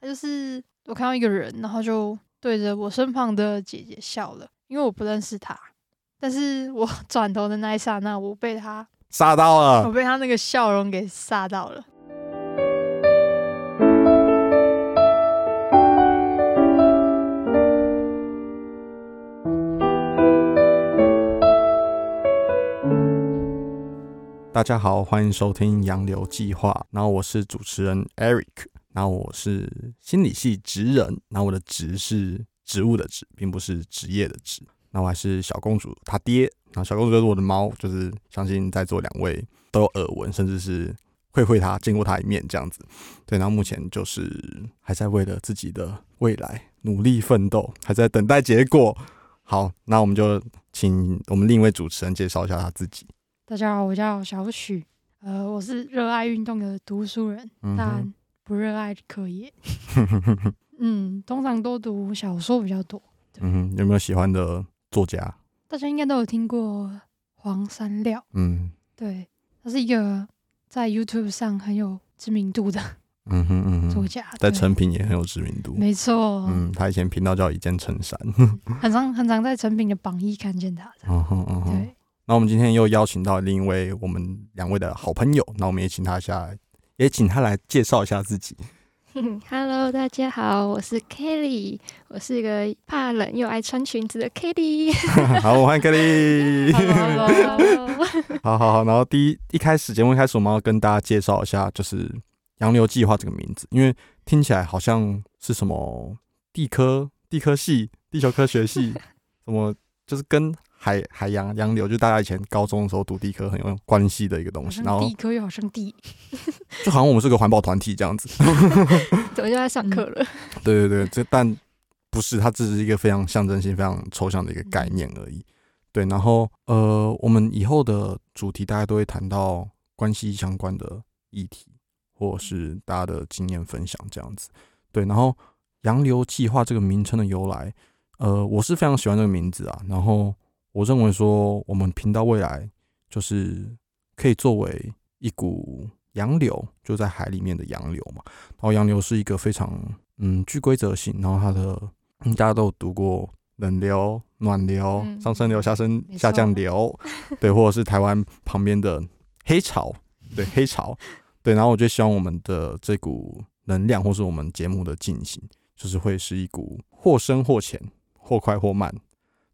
他就是我看到一个人，然后就对着我身旁的姐姐笑了，因为我不认识他。但是我 转头的那一刹那，我被他，杀到我了，被他那个笑容给吓到了。大家好，欢迎收听《洋流计划》，然后我是主持人 Eric，然后我是心理系职人，然后我的职是职务的职，并不是职业的职。那我还是小公主她爹，然后小公主就是我的猫，就是相信在座两位都有耳闻，甚至是会会她见过她一面这样子。对，然后目前就是还在为了自己的未来努力奋斗，还在等待结果。好，那我们就请我们另一位主持人介绍一下他自己。大家好，我叫小许，呃，我是热爱运动的读书人，嗯哼但不热爱科研。 嗯，通常都读小说比较多。嗯哼，有没有喜欢的作家？大家应该都有听过黄山料，嗯对，他是一个在 YouTube 上很有知名度的嗯哼嗯作哼，家，在对成品也很有知名度。没错，嗯，他以前频道叫一件衬 衫。很常很常在成品的榜一看见他的。嗯哼嗯哼。对，那我们今天又邀请到另一位我们两位的好朋友，那我们也请他下来，也请他来介绍一下自己。 Hello，大家好，我是 Kelly，我是一个怕冷又爱穿裙子的 Kelly。好，我欢迎 Kelly。 Hello，好好好，然后第一一开始节目一开始，我们要跟大家介绍一下，就是“洋流计划”这个名字，因为听起来好像是什么地科、地科系、地球科学系， 什么就是跟海海洋洋流，就大家以前高中的时候读地科很有关系的一个好东西，然像后地科又好像地，就好像我们是个环保团体这样子。 怎么就在上课了？对对对，这但不是，它只是一个非常象征性、非常抽象的一个概念而已。对，然后呃，我们以后的主题大家都会谈到关系相关的议题，或是大家的经验分享这样子。对，然后“洋流计划”这个名称的由来，呃，我是非常喜欢这个名字啊。然后我认为说，我们频道未来就是可以作为一股洋流，就在海里面的洋流嘛。然后洋流是一个非常嗯具规则性，然后它的嗯大家都有读过冷流、暖流、嗯上升流、下升没错下降 流，对，或者是台湾旁边的黑潮， 对黑潮，对。然后我就希望我们的这股能量，或是我们节目的进行，就是会是一股或深或浅、或快或慢，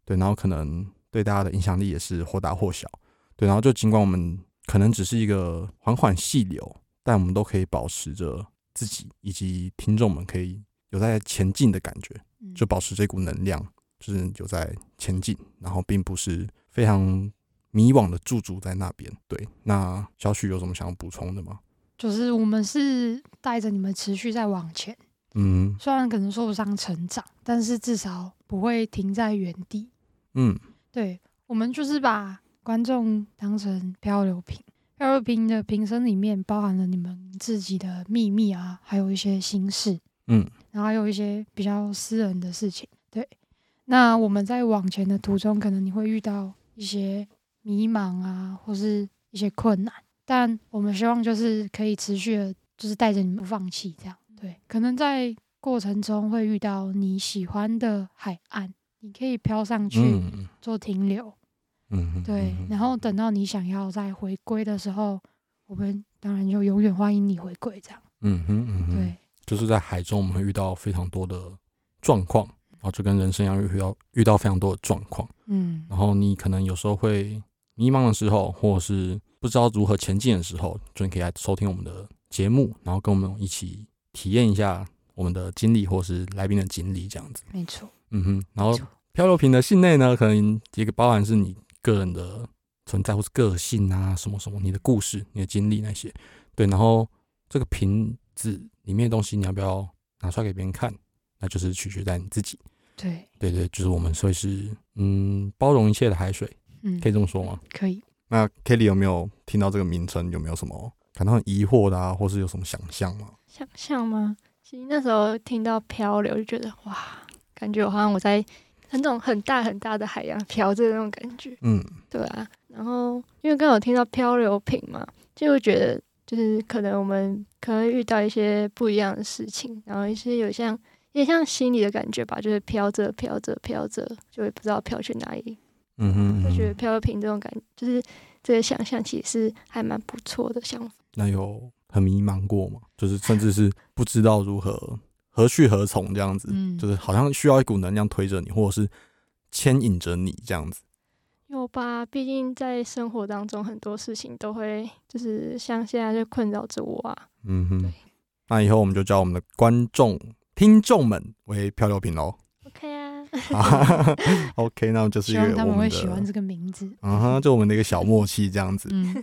对。然后可能对大家的影响力也是或大或小，对。然后就尽管我们可能只是一个缓缓细流，但我们都可以保持着自己以及听众们可以有在前进的感觉。嗯就保持这股能量，就是有在前进，然后并不是非常迷惘的驻足在那边。对，那小许有什么想要补充的吗？就是我们是带着你们持续在往前，嗯虽然可能说不上成长，但是至少不会停在原地。嗯对，我们就是把观众当成漂流瓶，漂流瓶的瓶身里面包含了你们自己的秘密啊，还有一些心事，嗯，然后还有一些比较私人的事情。对，那我们在往前的途中，可能你会遇到一些迷茫啊，或是一些困难，但我们希望就是可以持续的，就是带着你们不放弃，这样对。可能在过程中会遇到你喜欢的海岸，你可以飘上去。嗯做停留，嗯，对，嗯然后等到你想要再回归的时候，我们当然就永远欢迎你回归，这样嗯哼嗯哼，，对，就是在海中我们会遇到非常多的状况，然后就跟人生一样遇到遇到非常多的状况，嗯，然后你可能有时候会迷茫的时候，或者是不知道如何前进的时候，就你可以来收听我们的节目，然后跟我们一起体验一下我们的经历，或是来宾的经历这样子。没错，嗯哼，然后没错漂流瓶的信内呢，可能一个包含是你个人的存在或是个性啊，什么什么，你的故事、你的经历那些。对，然后这个瓶子里面的东西，你要不要拿出来给别人看？那就是取决在你自己。对，对对，就是我们所以是嗯，包容一切的海水，嗯可，以这么说吗？可以，那 Kelly 有没有听到这个名称？有没有什么感到很疑惑的啊，或是有什么想象吗？想象吗？其实那时候听到漂流就觉得哇，感觉我好像我在那种很大很大的海洋漂着的那种感觉。嗯对啊，然后因为刚好听到漂流瓶嘛，就会觉得就是可能我们可能会遇到一些不一样的事情，然后一些有像也像心理的感觉吧，就是飘着飘着飘着，就也不知道飘去哪里。嗯哼嗯我觉得哼，漂流瓶这种感就是这个想象其实是还蛮不错的想法。那有很迷茫过吗？就是甚至是不知道如何何去何从这样子，嗯就是好像需要一股能量推着你，或者是牵引着你这样子。有吧，毕竟在生活当中很多事情都会就是像现在就困扰着我啊。嗯对哼，那以后我们就叫我们的观众、听众们为漂流 瓶喽。 OK 啊，啊 OK，那就是一希个望他我们们会的喜欢这个名字。嗯哼，就我们的一个小默契这样子。嗯，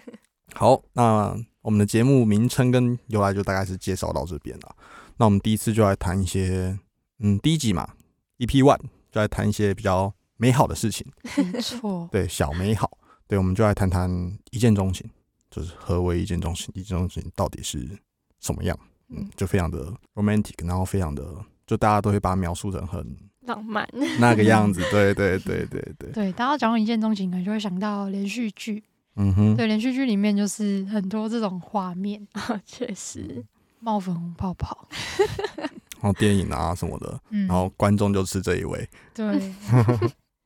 好，那我们的节目名称跟由来就大概是介绍到这边了。那我们第一次就来谈一些，嗯，第一集嘛，EP One 就来谈一些比较美好的事情，没错，对，小美好，对，我们就来谈谈一见钟情，就是何为一见钟情，一见钟情到底是什么样？嗯嗯，就非常的 romantic，然后非常的，就大家都会把它描述成很 浪漫。 那个样子，对对对对 对，对，大家讲到一见钟情，可能就会想到连续剧。嗯哼，对，连续剧里面就是很多这种画面，啊，确实，冒粉红泡泡。然后电影啊什么的，嗯，然后观众就吃这一位。对，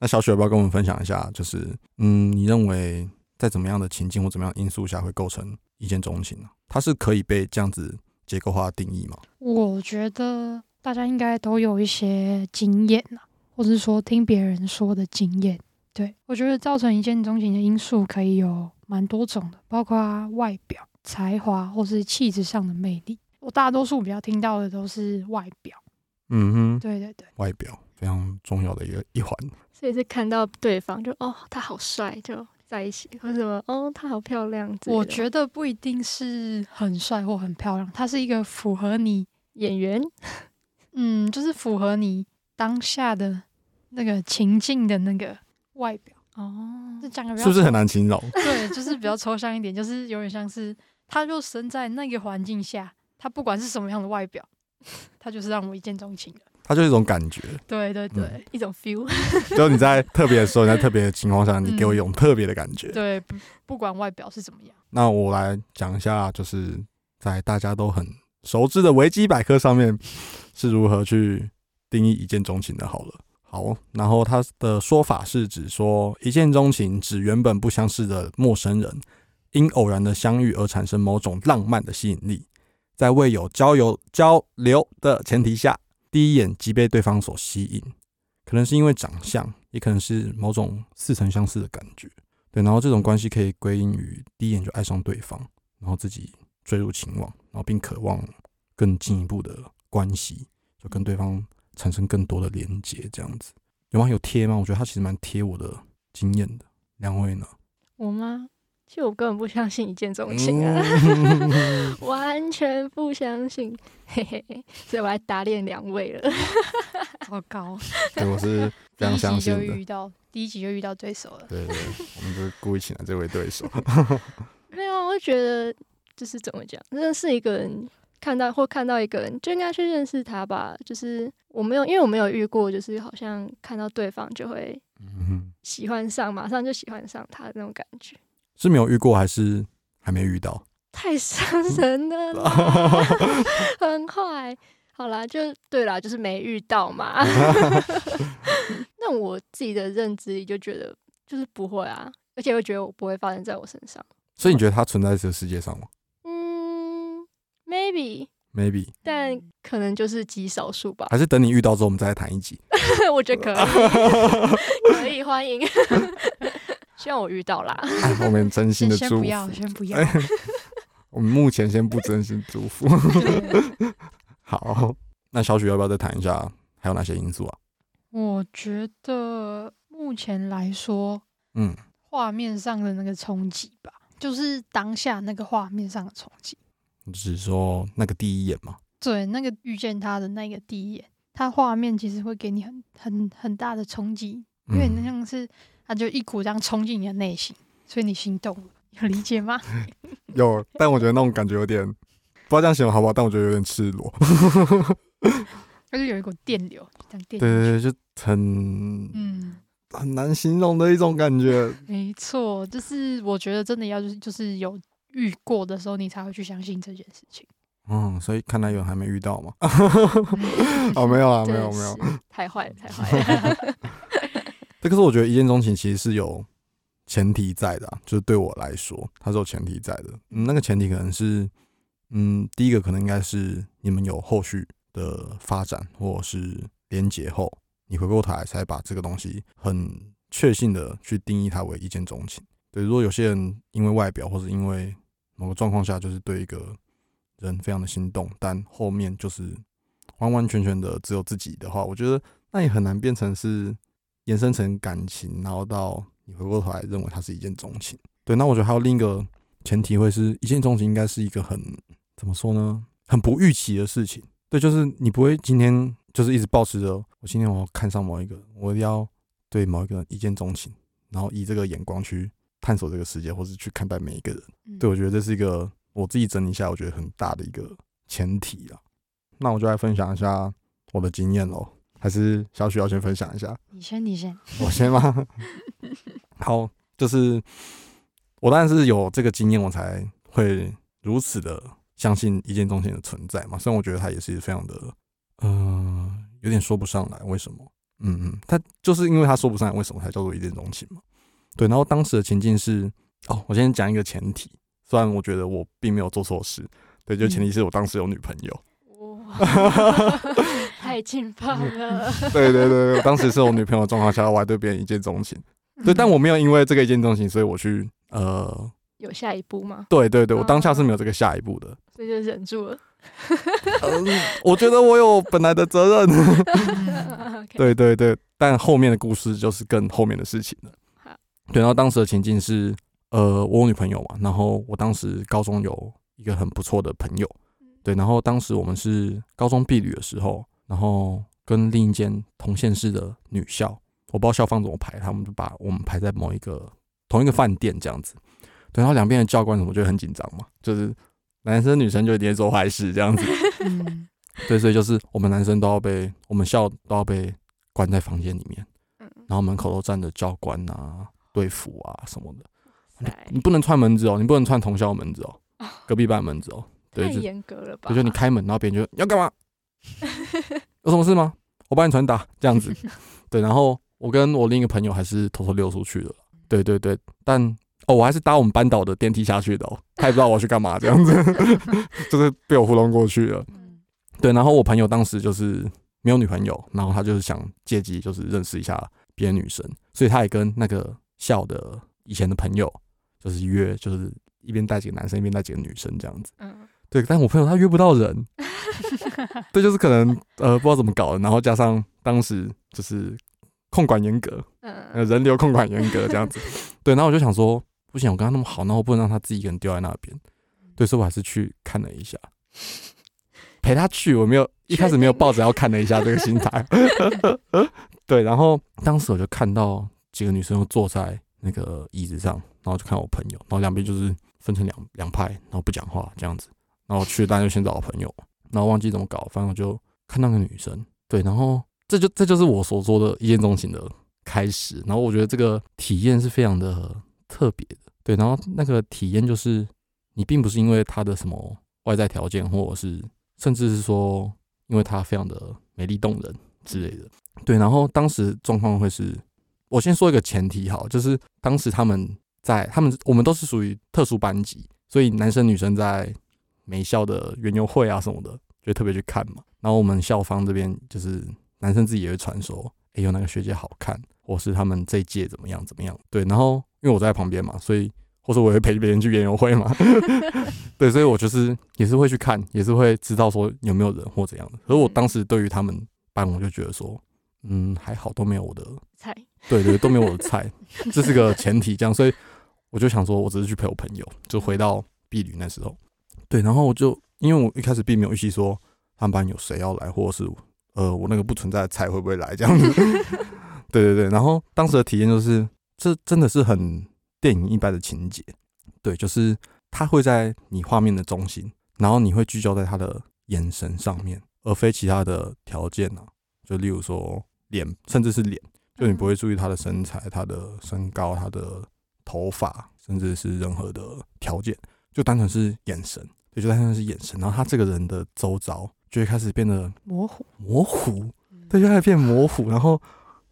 那小雪要不要跟我们分享一下？就是，嗯，你认为在怎么样的情境或怎么样的因素下会构成一见钟情呢、它是可以被这样子结构化定义吗？我觉得大家应该都有一些经验呐、或者说听别人说的经验。对我觉得造成一见钟情的因素可以有蛮多种的，包括外表、才华或是气质上的魅力。我大多数比较听到的都是外表，嗯哼，对对对，外表非常重要的一个一环。所以是看到对方就哦，他好帅，就在一起，或者什么哦，他好漂亮之类的。我觉得不一定是很帅或很漂亮，它是一个符合你，演员嗯，就是符合你当下的那个情境的那个外表。哦这讲的是不是很难形容？对，就是比较抽象一点，就是有点像是他就生在那个环境下，他不管是什么样的外表，他就是让我一见钟情了。它就是一种感觉，对对对、嗯一种 feel，就是你在特别的时候，你在特别的情况下，你给我一嗯种特别的感 觉。对，不不管外表是怎么样，那我来讲一下，就是在大家都很熟知的维基百科上面是如何去定义一见钟情的。好了，好，然后它的说法是指说，一见钟情指原本不相识的陌生人，因偶然的相遇而产生某种浪漫的吸引力，在未有交友交流的前提下，第一眼即被对方所吸引，可能是因为长相，也可能是某种似曾相识的感觉。对，然后这种关系可以归因于第一眼就爱上对方，然后自己坠入情网，然后并渴望更进一步的关系，就跟对方产生更多的连接，这样子有吗？有贴吗？我觉得他其实蛮贴我的经验的。两位呢？我吗？其实我根本不相信一见钟情 啊，嗯 完全不相信，嘿嘿，嘿，所以我来打脸两位了。 糟糕，对，我是非第一常相集信就的。遇到第一集就遇到对手了。对对对，我们就是故意请来这位对手。没有，啊我觉得就是怎么讲，认识一个人，看到或看到一个人，就应该去认识他吧。就是我没有，因为我没有遇过，就是好像看到对方就会嗯哼，喜欢上，马上就喜欢上他的那种感觉，是没有遇过还是还没遇到？太伤嗯人了 啦， 很快。好啦，就对啦，就是没遇到 嘛。那我自己的认知里就觉得，就是不会啊，而且我觉得我不会发生在我身上。所以你觉得它存在这个世界上吗嗯，maybe， ？Maybe，但嗯可能就是极少 数吧。还是等你遇到之后我们再来谈 一集。我觉得可以， 可以欢迎。 希望我遇到啦。 哎我们真心先的先祝不福。哎要，先不要。 我们目前先不真心祝 福。对好，那小许要不要再谈一下还有哪些因素啊？我觉得目前来说，嗯画面上的那个冲击吧，就是当下那个画面上的冲击。你只是说那个第一眼嘛。对，那个遇见他的那个第一眼，他画面其实会给你很很很大的冲击，因为你嗯像是他就一股这样冲进你的内心，所以你心动了，有理解吗？ 有，但我觉得那种感觉有点，不知道这样形容好不好？但我觉得有点赤 裸。他就有一股电流，就这样电进去。对对对，就很嗯，很难形容的一种感觉。没错，就是我觉得真的要就是就是有遇过的时候，你才会去相信这件事情。嗯，所以看来有人还没遇到 嘛。 哦，没有啊，没有没有。，太坏了，太 坏了。这个是我觉得一见钟情其实是有前提在的、啊，就是对我来说，它是有前提在的。嗯，那个前提可能是，嗯，第一个可能应该是你们有后续的发展或者是连结后，你回过头来才把这个东西很确信的去定义它为一见钟情。对，如果有些人因为外表或者因为某个状况下，就是对一个人非常的心动，但后面就是完完全全的只有自己的话，我觉得那也很难变成是延伸成感情，然后到你回过头来认为它是一见钟情。对，那我觉得还有另一个前提会是一见钟情，应该是一个很怎么说呢，很不预期的事情。对，就是你不会今天就是一直保持着我今天我要看上某一个，我一定要对某一个人一见钟情，然后以这个眼光去探索这个世界，或是去看待每一个人。嗯对，我觉得这是一个我自己整理一下，我觉得很大的一个前提啊。那我就来分享一下我的经验喽，还是小许要先分享一下？你先，你先，我先吗？ 好，就是我当然是有这个经验，我才会如此的相信一见钟情的存在嘛。虽然我觉得它也是非常的，嗯、有点说不上来为什么。嗯嗯，他就是因为他说不上来为什么才叫做一见钟情嘛。对，然后当时的情境是，哦，我先讲一个前提，虽然我觉得我并没有做错事，对，就前提是我当时有女朋友。哇， 太劲爆了！ 对对对对，我当时是我女朋友的状况下，我还对别人一见钟情。对，但我没有因为这个一见钟情，所以我去呃，有下一步吗？对对对，我当下哦是没有这个下一步的。所以就忍住了。 嗯我觉得我有本来的责任。 嗯 OK，对对对，但后面的故事就是更后面的事情了好。对，然后当时的情境是，呃，我有女朋友嘛，然后我当时高中有一个很不错的朋友，对，然后当时我们是高中毕旅的时候，然后跟另一间同县市的女校，我不知道校方怎么排，他们就把我们排在某一个同一个饭店这样子。对，然后两边的教官什么就会很紧张嘛，就是男生女生就一定会做坏事这样子。嗯，对，所以就是我们男生都要被我们校都要被关在房间里面，嗯，然后门口都站着教官啊、队服啊什么的。塞你不能穿门子哦，你不能穿同校门子哦，隔壁班门子哦。对，太就严格了吧？就就你开门，然后别人就你要干嘛？有什么事吗？我帮你传达这样子。对，然后我跟我另一个朋友还是偷偷溜出去了。对对对，但哦，我还是搭我们班导的电梯下去的哦，他也不知道我要去干嘛，这样子 就是被我糊弄过去了。嗯对，然后我朋友当时就是没有女朋友，然后他就是想借机就是认识一下别的女生，所以他也跟那个校的以前的朋友就是约，就是一边带几个男生，一边带几个女生这样子。嗯，对，但我朋友他约不到人，对，就是可能呃不知道怎么搞的，然后加上当时就是控管严格，呃嗯人流控管严格这样子， 对，然后我就想说不行，我跟他那么好，那我不能让他自己一个人丢在那边，对，所以我还是去看了一下，陪他去，我没有一开始没有抱着要看了一下这个心态， 对，然后当时我就看到几个女生都坐在那个椅子上，然后就看我朋友，然后两边就是分成两两派，然后不讲话这样子，然后去当然就先找我朋友，然后忘记怎么搞，反正我就看到个女生，对，然后这就这就是我所说的一见钟情的开始，然后我觉得这个体验是非常的特别的，对，然后那个体验就是你并不是因为她的什么外在条件，或者是甚至是说因为她非常的美丽动人之类的，对，然后当时状况会是，我先说一个前提好，就是当时他们在他们我们都是属于特殊班级，所以男生女生在美校的园游会啊什么的，就特别去看嘛。然后我们校方这边就是男生自己也会传说，哎、有哪个学姐好看，或是他们这一届怎么样怎么样。对，然后因为我在旁边嘛，所以或者我也会陪别人去园游会嘛，对，所以我就是也是会去看，也是会知道说有没有人或怎样的。可是我当时对于他们班，我就觉得说，嗯，还好都没有我的菜对对，都没有我的菜，这是个前提，这样，所以我就想说，我只是去陪我朋友，就回到 B 旅那时候，对，然后我就因为我一开始并没有预期说他们班有谁要来，或者是呃我那个不存在的菜会不会来这样子， 对对对，然后当时的体验就是，这真的是很电影一般的情节，对，就是它会在你画面的中心，然后你会聚焦在他的眼神上面，而非其他的条件啊，就例如说脸，甚至是脸。就你不会注意他的身材、他的身高、他的头发，甚至是任何的条件。就单纯是眼神，对，就单纯是眼神。然后他这个人的周遭就会开始变得 模糊，模糊， 对，就开始变模糊，然后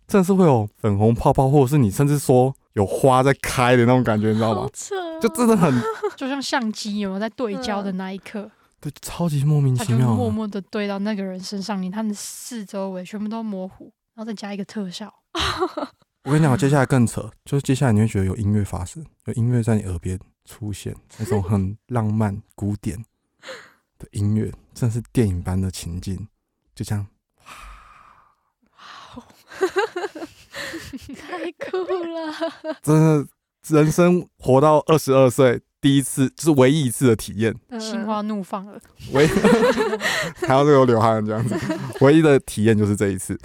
真的是会有粉红泡泡，或者是你甚至说有花在开的那种感觉，你知道吗好？扯 哦、就真的很就像相机有没有在对焦的那一刻，对，超级莫名他其就妙啊默的。默的对到那个人身上，你看四周围全部都模糊，然后再加一个特效，我跟你讲，接下来更扯，就是接下来你会觉得有音乐发生，有音乐在你耳边出现，那种很浪漫、古典的音乐，真的是电影般的情境，就这样。太酷了， 真的人生活到二十二岁，第一次就是唯一一次的体验，嗯心花怒放了。唯还要这个流汗这样子，唯一的体验就是这一次。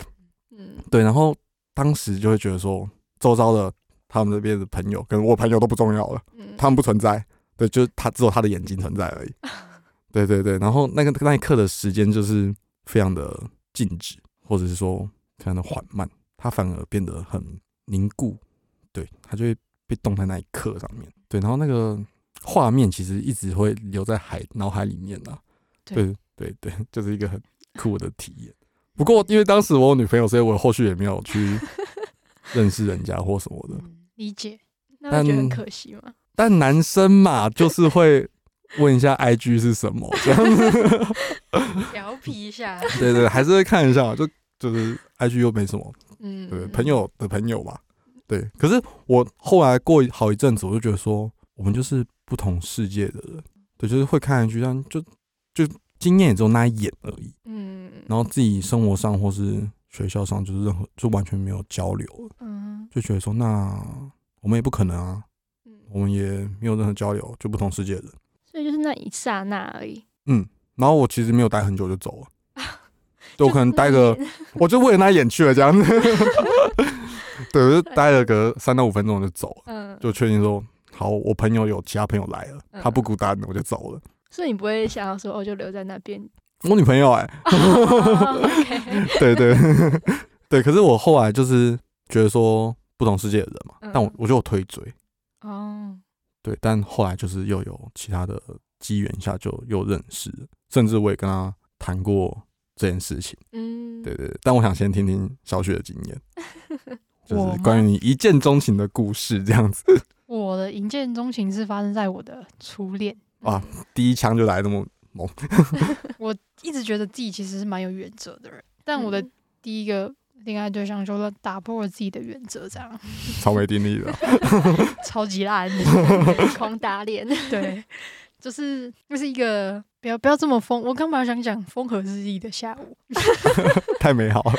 嗯，对，然后当时就会觉得说，周遭的他们这边的朋友跟我朋友都不重要了，嗯他们不存在，对，就是他只有他的眼睛存在而已。对对对，然后那个那一刻的时间就是非常的静止，或者是说非常的缓慢，它反而变得很凝固，对，它就会被冻在那一刻上面。对，然后那个画面其实一直会留在海脑海里面啊。对对对对，就是一个很酷的体验。不过因为当时我有女朋友，所以我后续也没有去认识人家或什么的。嗯 理解，那会觉得很但可惜吗？但男生嘛，就是会问一 下 IG 是什么，这样子。调皮一下，对对，还是会看一下，就就是 IG 又没什么，嗯，对，朋友的朋友吧。对，可是我后来过好一阵子，我就觉得说，我们就是不同世界的人，对，就是会看 IG，但就就经验也只有那一眼而已。嗯，然后自己生活上或是学校上，就是任何就完全没有交流了，嗯，就觉得说，那我们也不可能啊，我们也没有任何交流，就不同世界的人。嗯所以就是那一刹那而已。然后我其实没有待很久就 走了，对我就可能那待一个，年 我就为了那眼去了这样子， 对，我就待了个三到五分钟我就走了，嗯，就确定说好，我朋友有其他朋友来了，他不孤单，我就走了。所以你不会想要说哦，就留在那 边。我女朋友哎、 哦 OK，对对 对，可是我后来就是觉得说不同世界的人嘛，但我嗯我就有推追， 哦，对，但后来就是又有其他的机缘下就又认识了，甚至我也跟他谈过这件事情。嗯，对对，对但我想先听听小雪的经 验，就我是吗关于你一见钟情的故事，这样子我的一见钟情是发生在我的初恋，哇，嗯第一枪就来那么猛，一直觉得自己其实是蛮有原则的人，但我的嗯第一个恋爱对象就打破了自己的原则，这 样超没定力的啊，超级烂。 狂打脸，，对，就是就是一个不要不要这么风，我刚本来想讲风和日丽的下午，太美好了。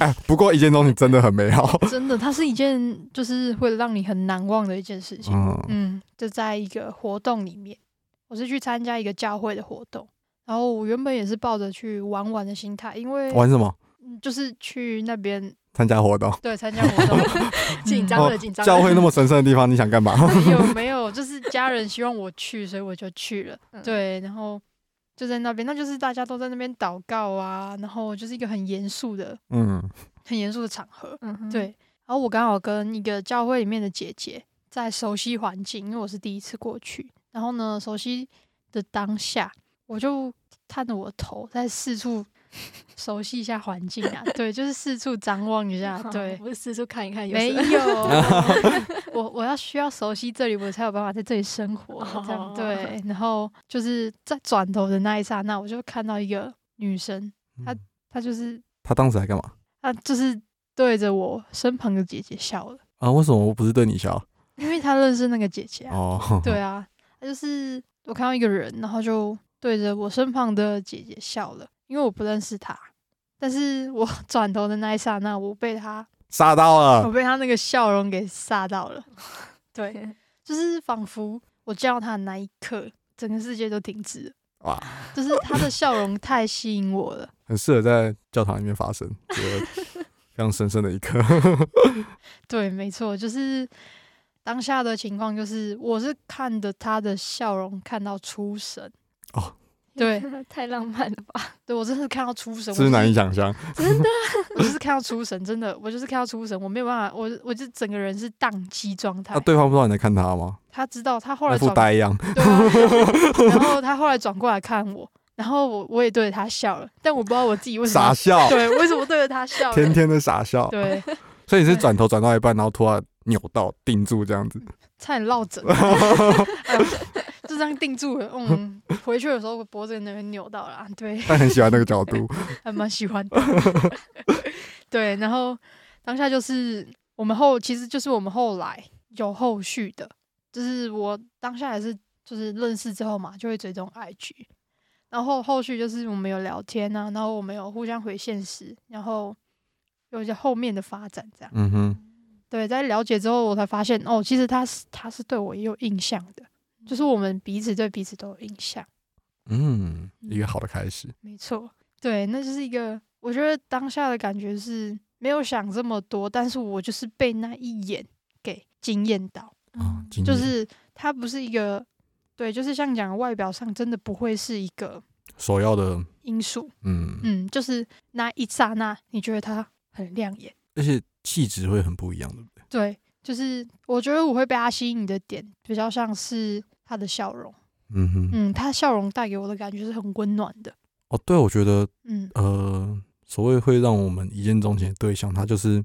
哎，不过一见钟情真的很美好。 真的，它是一件就是会让你很难忘的一件事情。嗯， 嗯，就在一个活动里面，我是去参加一个教会的活动，然后我原本也是抱着去玩玩的心态，因为玩什么？嗯就是去那边参加活动？对参加活 动紧张嗯哦了，紧张了。教会那么神圣的地方，你想干嘛？ 没有没有，就是家人希望我去，所以我就去了。嗯对，然后就在那边，那就是大家都在那边祷告啊，然后就是一个很严肃的、嗯，很严肃的场合。嗯哼，对，然后我刚好跟一个教会里面的姐姐在熟悉环境，因为我是第一次过去。然后呢，熟悉的当下，我就探着我的头，在四 处熟悉一下环境啊。对，就是四处张望一下。 好对，嗯我四处看一看有没什么。有，我我要需要熟悉这里，我才有办法在这里生活。这样哦对，然后就是在转头的那一刹那，我就看到一个女生， 他嗯她就是他当时还干嘛？她就是对着我身旁的姐姐笑了，啊，为什么我不是对你笑？因为她认识那个姐姐啊。哦， 对，啊，她就是我看到一个人，然后就对着我身旁的姐姐笑了，因为我不认识她。但是我 转头的那一刹那，我被她，杀到我了，被她那个笑容给吓到 了。对， 对，就是仿佛我见到他的那一刻，整个世界都停止了。哇，就是他的笑容太吸引我了。很适合在教堂里面发生，觉得非常神圣的一刻。对，没错，就是当下的情况，就是我是看着他的笑容看到出神。哦，对，太浪漫了吧？对我真的是看到出神，我 真是就难以是想象，真的，我就是看到出神，真的，我就是看到出神，我没有办法，我我就整个人是宕机状态那。啊对方不知道你在看他吗？他知道，他后来那副转呆样，对啊，然后他后来转过来看我，然后我我也对着他笑了，但我不知道我自己为什傻么笑，对为什么对着他笑呢，天天的傻笑。对，所以你是转头转到一半，然后突然扭到定住这样子。差点落 枕， 哎呦就这样定住了。嗯，回去的时候我脖子那边扭到了啊，对，但很喜欢那个角 度，还蛮喜欢的。 对，然后当下就是我们后，其实就是我们后来有后续的，就是我当下也是就是认识之后嘛，就会追踪 IG，然后后续就是我们有聊天啊，然后我们有互相回现实，然后有一些后面的发展这样。嗯哼，对，在了解之后，我才发现哦，其实他是他是对我也有印象的，就是我们彼此对彼此都有印象。嗯，一个好的开始。没错，对，那就是一个，我觉得当下的感觉是没有想这么多，但是我就是被那一眼给惊艳到，啊，嗯今就年是它不是一个，对，就是像讲的外表上真的不会是一个首要的，因素，嗯，嗯，就是那一刹那你觉得它很亮眼，而且气质会很不一样，对不对？对，就是我觉得我会被它吸引的点比较像是它的笑容，嗯哼，嗯，它笑容带给我的感觉是很温暖的，哦，对，我觉得嗯，呃，所谓会让我们一见钟情的对象，他就是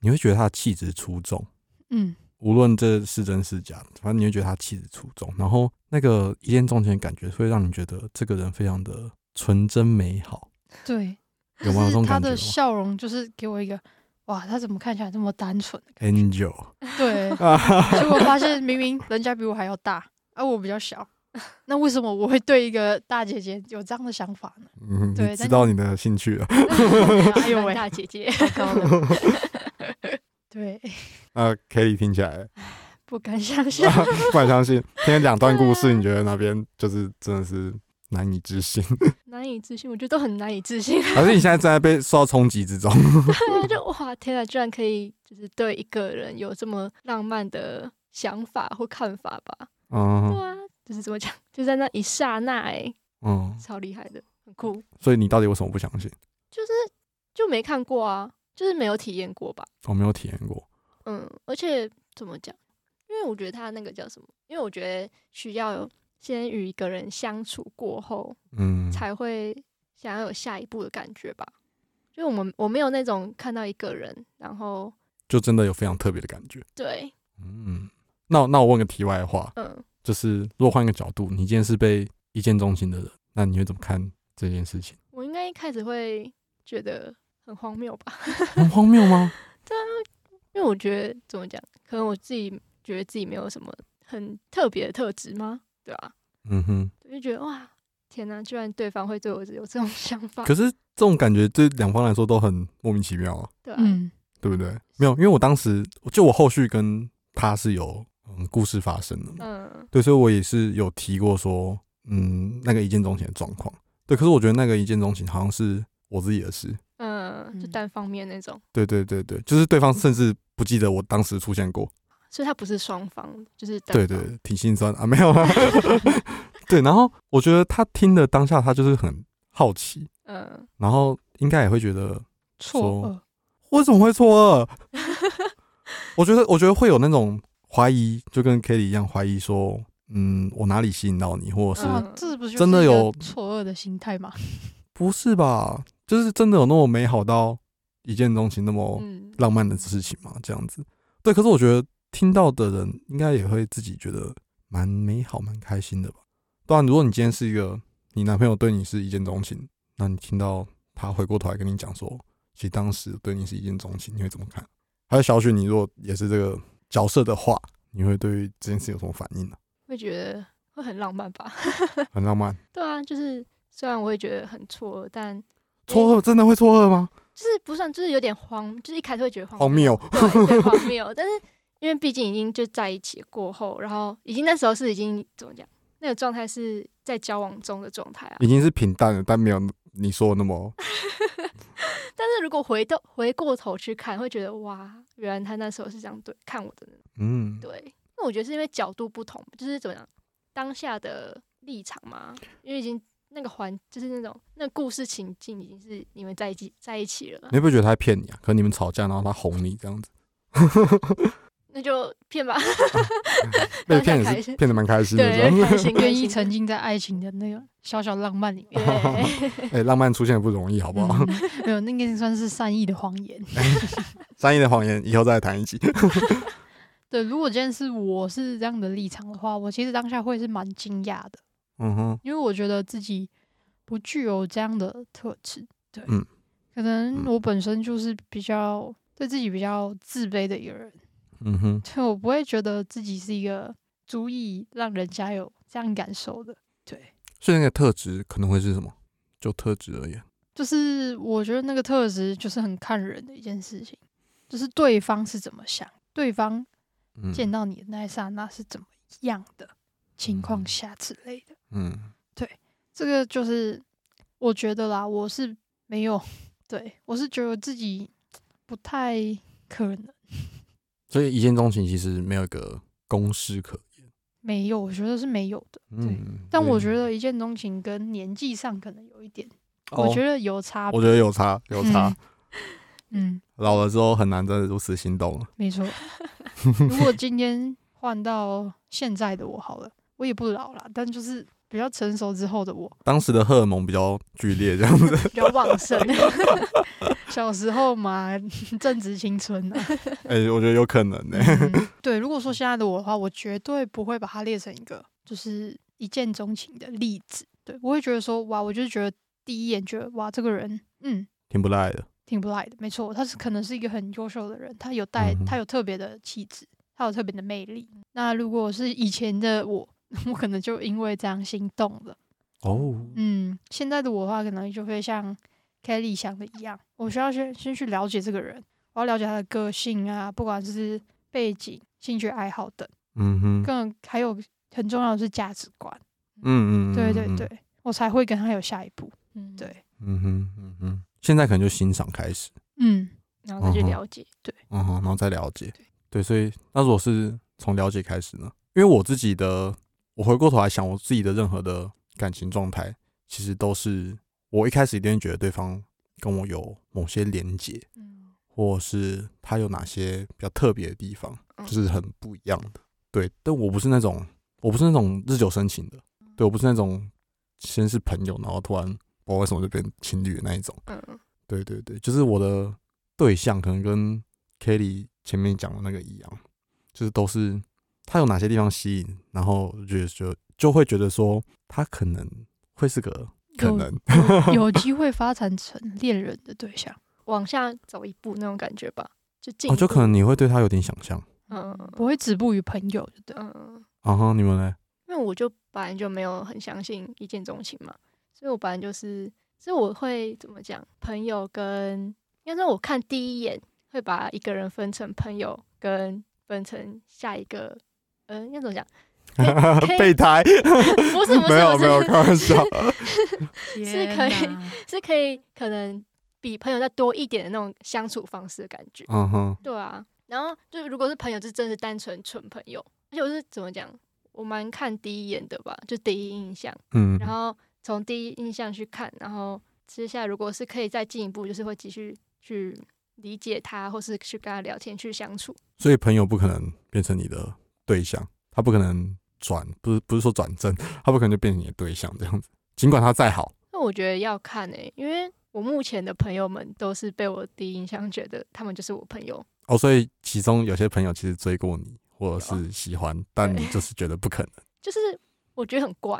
你会觉得他的气质出众，嗯，无论这是真是假，反正你会觉得他气质出众，然后那个一见钟情的感觉会让你觉得这个人非常的纯真美好，对，有吗？有这就是种他感觉的哦吗笑容就是给我一个，哇，他怎么看起来这么单 纯？ ？Angel， 嗯对，结果发现明明人家比我还要大，而、我比较小， 那为什么我会对一个大姐姐有这样的想 法呢？嗯，对你知但道你的兴趣 了。哎呦喂，大姐姐，太高了。对，那 Kelly 呃听起来 不敢想象。不敢相信，听了两段故事，你觉得哪边就是真的是难以 置信？ 难以置信，我觉得都很难以置信。还是你现在正在被受到冲击之中？ 对啊，就哇，天啊，居然可以就是对一个人有这么浪漫的想法或看法吧？对嗯啊，就是怎么讲，就在那一刹那、欸，嗯，超厉害的，很酷，所以你到底为什么不相信？就是就没看过啊，就是没有体验过吧？我没有体验过。嗯，而且怎么讲？因为我觉得他那个叫什么？因为我觉得需要先与一个人相处过后，嗯，才会想要有下一步的感觉吧。就我们我没有那种看到一个人，然后就真的有非常特别的感觉。对，嗯，那那我问个题外话，嗯，就是如果换一个角度，你今天是被一见钟情的人，那你会怎么看这件事情？我应该一开始会觉得很荒谬吧， 很荒谬吗？因为我觉得怎么讲，可能我自己觉得自己没有什么很特别的特质吗？对啊，嗯哼，我就觉得哇，天哪，居然对方会对我有这种 想法，可是这种感觉对两方来说都很莫名其妙啊，对啊，嗯，对不对？没有，因为我当时就我后续跟他是有嗯故事发生的嘛，嗯对，所以我也是有提过说，嗯，那个一见钟情的状况，对，可是我觉得那个一见钟情好像是我自己的事，嗯，就嗯单方面那种，对对对对，就是对方甚至不记得我当时出现过，所以他不是双方，就是单对方对，对挺心酸啊，没有 啊。对，然后我觉得他听的当下，他就是很好奇，嗯，然后应该也会觉得错愕，我怎么会错愕？ 我觉得，我觉得会有那种怀疑，就跟 Kelly 一样怀疑说，嗯，我哪里吸引到你，或者是、哇，这不就是嗯真的一个有错愕的心态吗？不是吧？就是真的有那么美好到一见钟情那么嗯，浪漫的事情嘛？这样子，对。可是我觉得听到的人应该也会自己觉得蛮美好、蛮开心的吧。当然，如果你今天是一个你男朋友对你是一见钟情，那你听到他回过头来跟你讲说，其实当时对你是一见钟情，你会怎么看？还有小雪，你如果也是这个角色的话，你会对于这件事有什么反应呢、会觉得会很浪漫吧？很浪漫，对啊，就是虽然我会觉得很错愕，但错愕真的会错愕吗？就是不算，就是有点慌，就是一开始会觉得荒荒谬，对 对荒谬，但是因为毕竟已经就在一起过后，然后已经那时候是已经怎么讲，那个状态是在交往中的状态啊。已经是平淡了，但没有你说的那么但是如果回到回过头去看，会觉得哇，原来他那时候是这样对看我的，嗯。对。啊那我觉得是因为角度不同，就是怎么讲，当下的立场嘛，因为已经那个环，就是那种那故事情境已经是你们在一起在一起了嘛，你会不会觉得他在骗你啊？可能你们吵架，然后他哄你这样子，那就骗吧，被当下骗也开是心骗的蛮 开心的，这 对，样开 心愿意沉，浸在爱情的那个小小浪漫里面，开 心 对哎、浪漫出现不容易，好不好？ 嗯没有，那个算是善意的谎言。善意的谎言以后再谈一起。对，如果今天是我是这样的立场的话，我其实当下会是蛮惊讶的，嗯哼，因为我觉得自己不具有这样的特质。对，嗯可能我本身就是比较对自己比较自卑的一个人， 嗯哼，所以我不会觉得自己是一个足以让人家有这样感受的。对，所以那个特质可能会是什么？就特质而言，就是我觉得那个特质就是很看人的一件事情，就是对方是怎么想，对方嗯，见到你的那一刹那是怎么样的情况下之类的。嗯，这个就是我觉得啦，我是没有，对我是觉得自己不太可能所以一见钟情其实没有一个公式可言。没有，我觉得是没有的。嗯，但我所觉以，得一见钟情跟年纪上可能有一点，哦我觉得有差别。我觉得有差，有差。嗯，老了之后很难真的如此心动了。没 错。如果今天换到现在的我好了，我也不老了，但就是比较成熟之后的我，当时的荷尔蒙比较剧烈，这样子。 比较旺盛， 小时候嘛， 正值青春啊呢、哎、我觉得有可能呢、嗯 对，如果说现在的我的话，我绝对不会把它列成一个就是一见钟情的例子。对，我会觉得说，哇，我就是觉得第一眼觉得哇，这个人，嗯。挺不赖的。挺不赖的，没错，他是可能是一个很优秀的人，他有带嗯哼他有特别的气质，他有特别的魅力。那如果是以前的我， 我可能就因为这样心动了。哦，嗯，现在的我的话，可能就会像 Kelly 想的一样，我需要先先去了解这个人，我要了解他的个性啊，不管是背景、兴趣爱好等，嗯哼，更还有很重要的是价值观。嗯嗯，嗯对对对，，我才会跟他有下一步。嗯，对，对，嗯哼嗯哼，现在可能就欣赏开始，嗯，然后再去了解，嗯哼，然后再了解对，对，所以那如果是从了解开始呢？因为我自己的，我回过头来想，我自己的任何的感情状态，其实都是我一开始一定会觉得对方跟我有某些连结，嗯或是他有哪些比较特别的地方，嗯就是很不一样的。对，但我不是那种，我不是那种日久生情的，嗯对我不是那种先是朋友，然后突然不知道为什么就变情侣的那一种。嗯，对对对，就是我的对象可能跟 Kelly 前面讲的那个一样，就是都是他有哪些地方吸引，然后就觉得就就会觉得说他可能会是个可有能， 有机会发展成恋人的对象。往下走一步那种感觉吧，就进一哦，步，就可能你会对他有点想象。嗯，嗯不会止步于朋友，就对了。嗯，啊哈，你们呢？因为我就本来就没有很相信一见钟情嘛，所以我本来就是，所以我会怎么讲，朋友跟应该说我看第一眼会把一个人分成朋友跟分成下一个，嗯、应该怎么讲？ 可以备胎不是不 没是有不没有 是，开玩笑，是可以是可以可能比朋友再多一点的那种相处方式的感觉。嗯哼，对啊，然后就是如果是朋友，就真的是单纯纯朋友，而且我是怎么讲，我蛮看第一眼的吧，就第一印象，嗯，然后从第一印象去看，然后接下来如果是可以再进一步，就是会继续去理解他，或是去跟他聊天去相处。所以朋友不可能变成你的对象，他不可能转，不是不是说转正，他不可能就变成你的对象这样子。尽管他再好，那我觉得要看诶、因为我目前的朋友们都是被我第一印象觉得他们就是我朋友，哦，所以其中有些朋友其实追过你，或者有啊是喜欢，但你就是觉得不可能。就是我觉得很怪，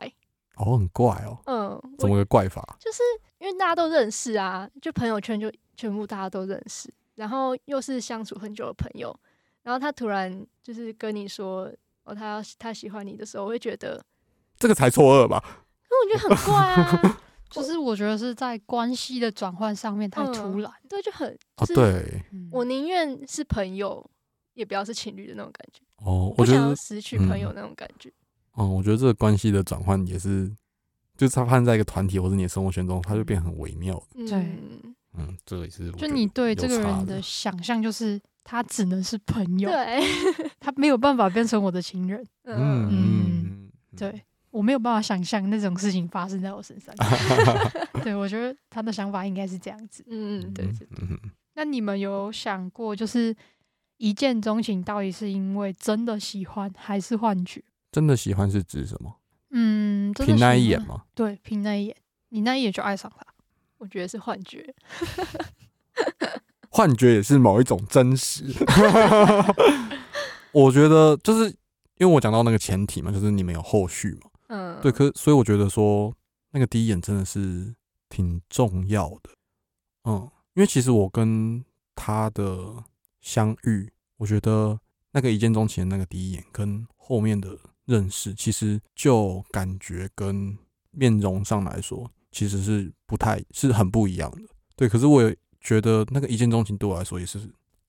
哦，很怪哦，嗯，怎我么个怪法？就是因为大家都认识啊，就朋友圈就全部大家都认识，然后又是相处很久的朋友，然后他突然就是跟你说哦，他要他喜欢你的时候，我会觉得，这个才错愕吧？因为我觉得很怪啊， 就是我觉得是在关系的转换上面太突然。对，就很，哦，是对，嗯嗯我宁愿是朋友，也不要是情侣的那种感觉，哦，不我觉想得嗯要，失去朋友那种感觉，哦，我觉得这个关系的转换也是，就是它发生在一个团体或者你的生活圈中，它就变得很微妙的。嗯，对嗯，这个也是我就觉得你对有这个差人的想象就是他只能是朋友， 对，他没有办法变成我的情人。嗯嗯，嗯，嗯对，我没有办法想象那种事情发生在我身 上。 对，我觉得他的想法应该是这样子。嗯，对，对嗯哼那你们有想过，就是一见钟情到底是因为真的喜欢还是幻觉？真的喜欢是指什么？嗯，真的凭那喜一眼欢，吗？对，凭那一眼，你那一眼就爱上他。我觉得是幻觉。幻觉也是某一种真实。我觉得就是因为我讲到那个前提嘛，就是你们有后续嘛，嗯，对，可所以我觉得说那个第一眼真的是挺重要的，嗯，因为其实我跟他的相遇，我觉得那个一见钟情的那个第一眼跟后面的认识，其实就感觉跟面容上来说，其实是不太是很不一样的，对，可是我也觉得那个一见钟情对我来说也是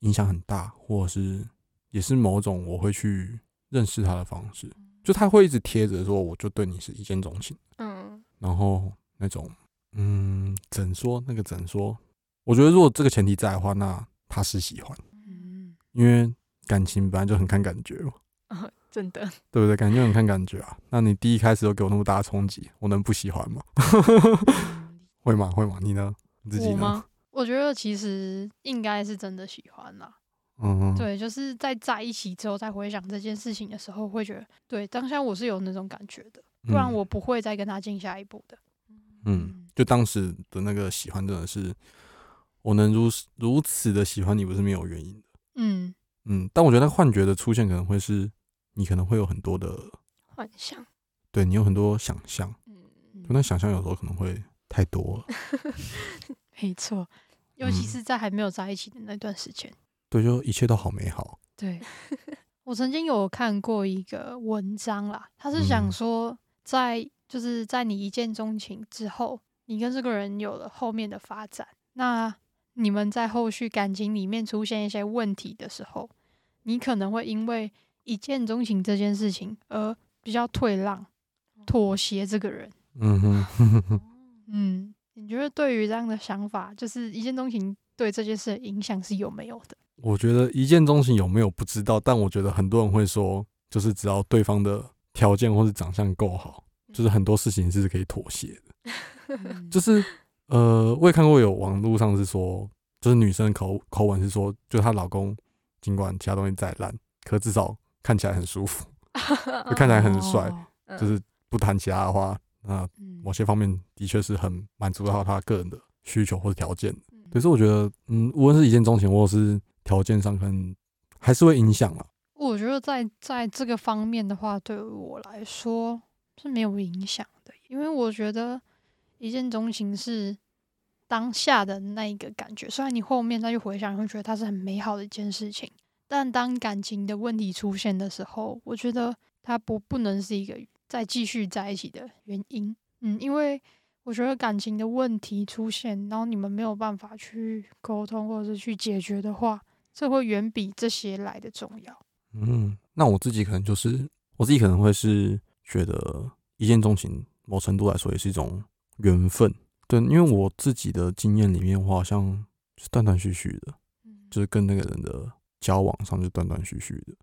影响很大，或者是也是某种我会去认识他的方式。就他会一直贴着说，我就对你是一见钟情，嗯然后那种，嗯，怎说那个怎说？我觉得如果这个前提在的话，那他是喜欢，嗯，因为感情本来就很看感觉嘛，啊，真的，对不对？感情很看感觉啊。那你第一开始就给我那么大的冲击，我能不喜欢吗？ 会吗？会吗？你呢？你自己我呢吗？？ 我觉得其实应该是真的喜欢啦。嗯，，对，就是在在一起之后，再回想这件事情的时候，会觉得，对，当下我是有那种感觉的，不然，我不会再跟他进下一步的。嗯，就当时的那个喜欢真的是，我能如如此的喜欢你，不是没有原因的。嗯，嗯，但我觉得那幻觉的出现可能会是你可能会有很多的，幻想。对你有很多想象，嗯，嗯那想象有时候可能会太多了， 没错，尤其嗯是在还没有在一起的那段时间。对，就一切都好美好，对， 我曾经有看过一个文章啦，他是嗯想说在，就是在你一见钟情之后，你跟这个人有了后面的发展，那你们在后续感情里面出现一些问题的时候，你可能会因为一见钟情这件事情而比较退让、哦妥协这个人。嗯哼，嗯，你觉得对于这样的想法，就是一见钟情对这件事的影响是有没有的？我觉得一见钟情有没有不知道，但我觉得很多人会说，就是只要对方的条件或是长相够好，就是很多事情是可以妥协的，嗯 嗯就是呃，我也看过有网络上是说，就是女生口口吻是说，就她老公尽管其他东西再烂，可至少看起来很舒服，就看起来很帅，哦嗯就是不谈其他的话，那嗯某些方面的确是很满足到他个人的需求或者条件。嗯可是我觉得，嗯，无论是一见钟情或者是条件上，可能还是会影响啊啦。我觉得在在这个方面的话，对于我来说是没有影响的，因为我觉得一见钟情是当下的那一个感觉，虽然你后面再去回想，你会觉得它是很美好的一件事情，但当感情的问题出现的时候，我觉得它不不能是一个再继续在一起的原因。嗯，因为我觉得感情的问题出现，然后你们没有办法去沟通或者是去解决的话，这会远比这些来的重要。嗯，那我自己可能就是我自己可能会是觉得一见钟情，某程度来说也是一种缘分。对，因为我自己的经验里面，我好像是断断续续的，嗯就是跟那个人的交往上就断断续续的。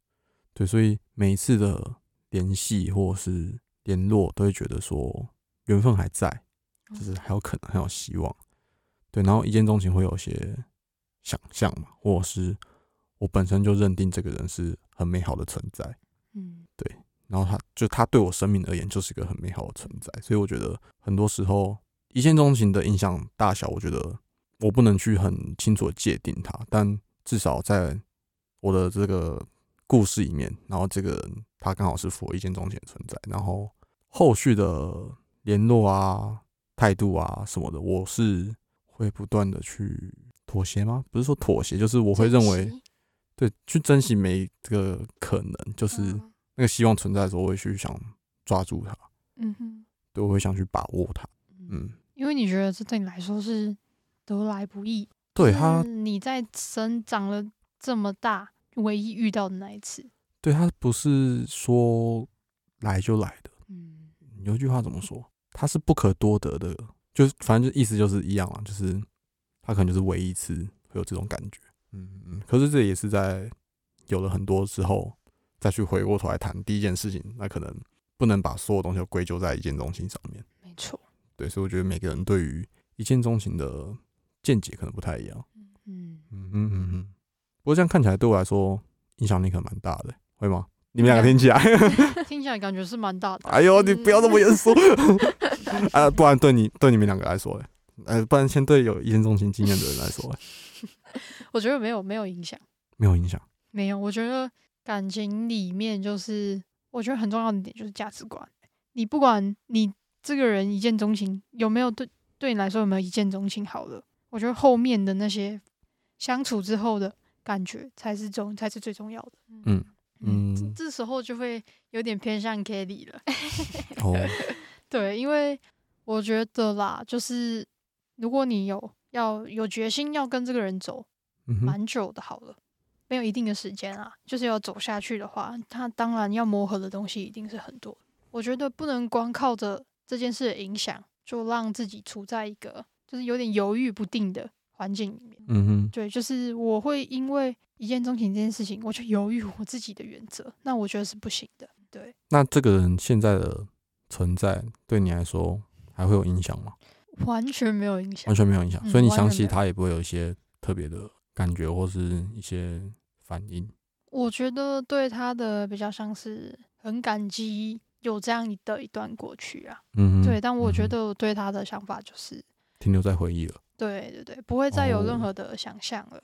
对，所以每一次的联系或者是联络，都会觉得说缘分还在，就是还有可能，还有希望。对，然后一见钟情会有一些想象嘛，或者是我本身就认定这个人是很美好的存在，嗯，然后他就他对我生命而言就是一个很美好的存在，所以我觉得很多时候一见钟情的影响大小，我觉得我不能去很清楚的界定它，但至少在我的这个故事里面，然后这个人他刚好是符合一见钟情的存在，然后后续的联络啊、态度啊什么的，我是会不断的去妥协吗？不是说妥协，就是我我会认为对去珍惜每一个可能，就是。那个希望存在的时候，我会去想抓住它，嗯哼，对，我会想去把握它。嗯，因为你觉得这对你来说是得来不易，对就是它，你在生长了这么大，唯一遇到的那一次，对它不是说来就来的。嗯，有一句话怎么说？它是不可多得的，就是反正就意思就是一样啊，就是它可能就是唯一一次会有这种感觉。嗯嗯，可是这也是在有了很多之后再去回过头来谈第一件事情，那可能不能把所有东西都归咎在一见钟情上面。没错，对，所以我觉得每个人对于一见钟情的见解可能不太一样。嗯，嗯嗯嗯嗯。不过这样看起来对我来说影响力可能蛮大的，会吗？你们两个听起来，听起来感觉是蛮大的。 哎呦，你不要那么严 肃啊！不然对你对你们两个来说嘞，呃，不然先对有一见钟情经验的人来说嘞，我觉得没有没有影响，没有影响。没有。我觉得感情里面就是，我觉得很重要的点就是价值观。你不管你这个人一见钟情有没有对对你来说有没有一见钟情，好了，我觉得后面的那些相处之后的感觉才是重才是最重要的。嗯这嗯，这时候就会有点偏向 Kelly 了。 哦，对，因为我觉得啦，就是如果你有要有决心要跟这个人走嗯哼，蛮久的，好了，没有一定的时间啊，就是要走下去的话，他当然要磨合的东西一定是很多。我觉得不能光靠着这件事的影响，就让自己处在一个就是有点犹豫不定的环境里面。嗯哼，对，就是我会因为一见钟情这件事情，我就犹豫我自己的原则，那我觉得是不行的。对，那这个人现在的存在对你来说还会有影响吗？完全没有影响完。全没有影响，嗯所以你完全想起没有他也不会有一些特别的感觉或是一些反应。我觉得对他的比较像是很感激有这样的一段过去啊，嗯哼，对。但我觉嗯哼得我对他的想法就是，停留在回忆了。对对对，不会再有任哦何的想象了。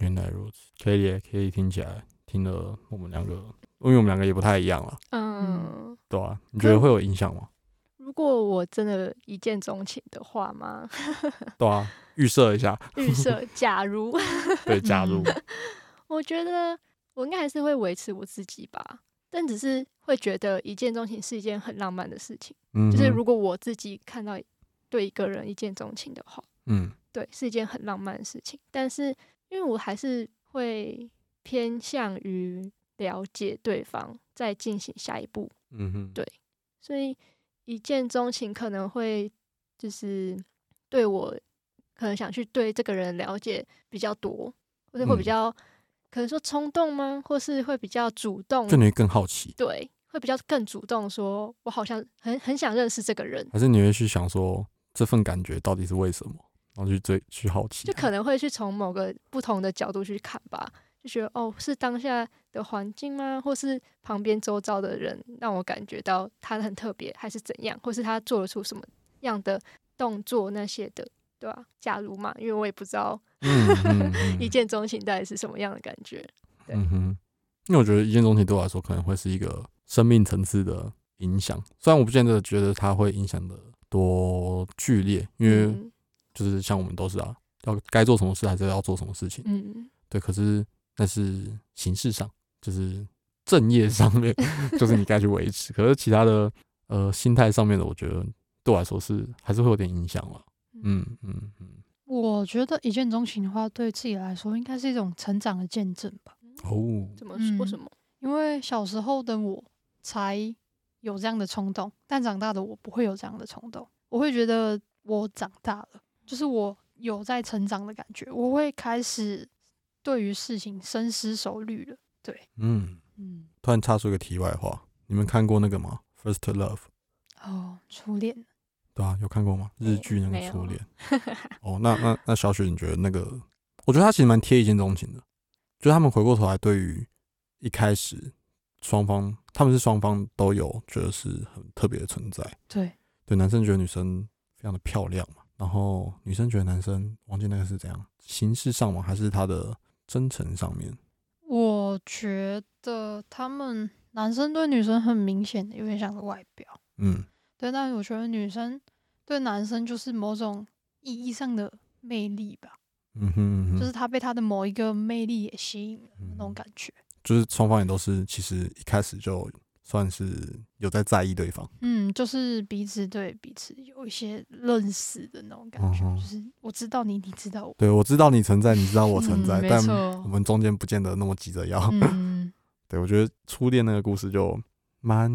原来如此，Kelly 也 Kelly 听起来听了我们两个，因为我们两个也不太一样了，嗯，对啊，你觉得可会有影响 吗？如果我真的一见钟情的话吗？ 对啊，预设一下，预设假如，对，加入，嗯我觉得我应该还是会维持我自己吧，但只是会觉得一见钟情是一件很浪漫的事情。嗯哼，就是如果我自己看到对一个人一见钟情的话，嗯对，是一件很浪漫的事情。但是因为我还是会偏向于了解对方，再进行下一步，嗯哼，对所以一见钟情可能会就是对我可能想去对这个人了解比较多，或者会比嗯较、可能说冲动吗？或是会比较主动就，你会更好奇，对，会比较更主动说我好像很很想认识这个人。还是你会去想说这份感觉到底是为什么，然后去追去好奇啊就它，可能会去从某个不同的角度去看吧，就觉得哦，是当下的环境吗？或是旁边周遭的人让我感觉到他很特别，还是怎样？或是他做了出什么样的动作那些的，对吧、假如嘛，因为我也不知道嗯嗯 嗯一见钟情到底是什么样的感觉。对嗯哼，因为我觉得一见钟情对我来说可能会是一个生命层次的影响，虽然我不见得觉得它会影响的多剧烈，因为嗯就是像我们都是啊，要该做什么事还是要做什么事情，嗯，对。可是那是形式上，就是正业上面，就是你该去维持。可是其他的呃心态上面的，我觉得对我来说是还是会有点影响了。嗯嗯嗯， 我觉得一见钟情的话，对自己来说应该是一种成长的见证吧。哦，怎么说？为嗯什么？因为小时候的我才有这样的冲动，但长大的我不会有这样的冲动。我会觉得我长大了，就是我有在成长的感觉，我会开始对于事情深思熟虑了。嗯，嗯，突然插出一个题外话，你们看过那个吗？First Love。哦，初恋，对啊，有看过吗？日没剧那个没《有初 恋》哦，那那那小雪，你觉得那个？我觉得他其实蛮贴一见钟情的，就是他们回过头来，对于一开始双方，他们是双方都有觉得是很特别的存在。对，对，男生觉得女生非常的漂亮嘛，然后女生觉得男生，忘记那个是怎样，形式上吗？还是他的真诚上面？我觉得他们男生对女生很明显的有点像是外表，嗯对，但我觉得女生对男生就是某种意义上的魅力吧，嗯哼嗯就哼是，他被他的某一个魅力也吸引了嗯那种感觉。就是双方也都是其实一开始就算是有在在意对方。嗯，就是彼此对彼此有一些认识的那种感觉，嗯哼就是我知道你，你知道我，对，我知道你存在，你知道我存在，嗯、没但错 我，们中间不见得那么急着要。嗯，对我觉得初恋那个故事就蛮，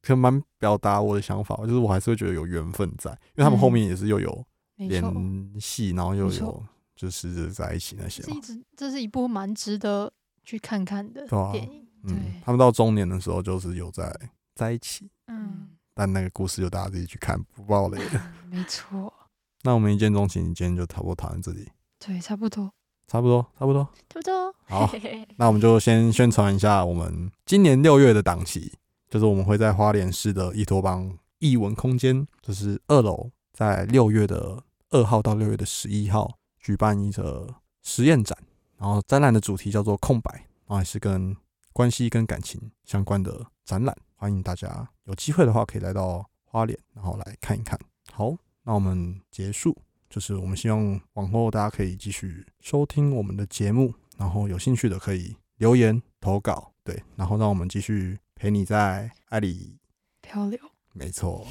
可能蛮表达我的想法，就是我还是会觉得有缘分在，因为他们后嗯面也是又有没错，联系，然后又没错有就是实质在一起那些这是嘛一。直这是一部蛮值得去看看的对啊电影，嗯对，他们到中年的时候就是有在在一起。嗯，但那个故事就大家自己去看，不爆雷了。 没错，那我们一见钟情，今天就差不多讨论这里，对，差不多。差不多，差不多。对不对？ 好嘿嘿嘿那我们就先宣传一下我们今年六月的档期，就是我们会在花莲市的依托邦艺文空间，就是二楼，在六月的二号到六月的十一号举办一个实验展，然后展览的主题叫做“空白”，然后也是跟关系跟感情相关的展览，欢迎大家有机会的话可以来到花莲，然后来看一看。好，那我们结束。就是我们希望往后大家可以继续收听我们的节目，然后有兴趣的可以留言投稿，对，然后让我们继续陪你在爱里。漂流，没错，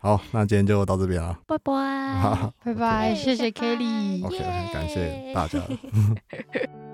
好，那今天就到这边了，拜拜。 拜拜，谢谢拜拜 Kelly。 OK，很感谢大家。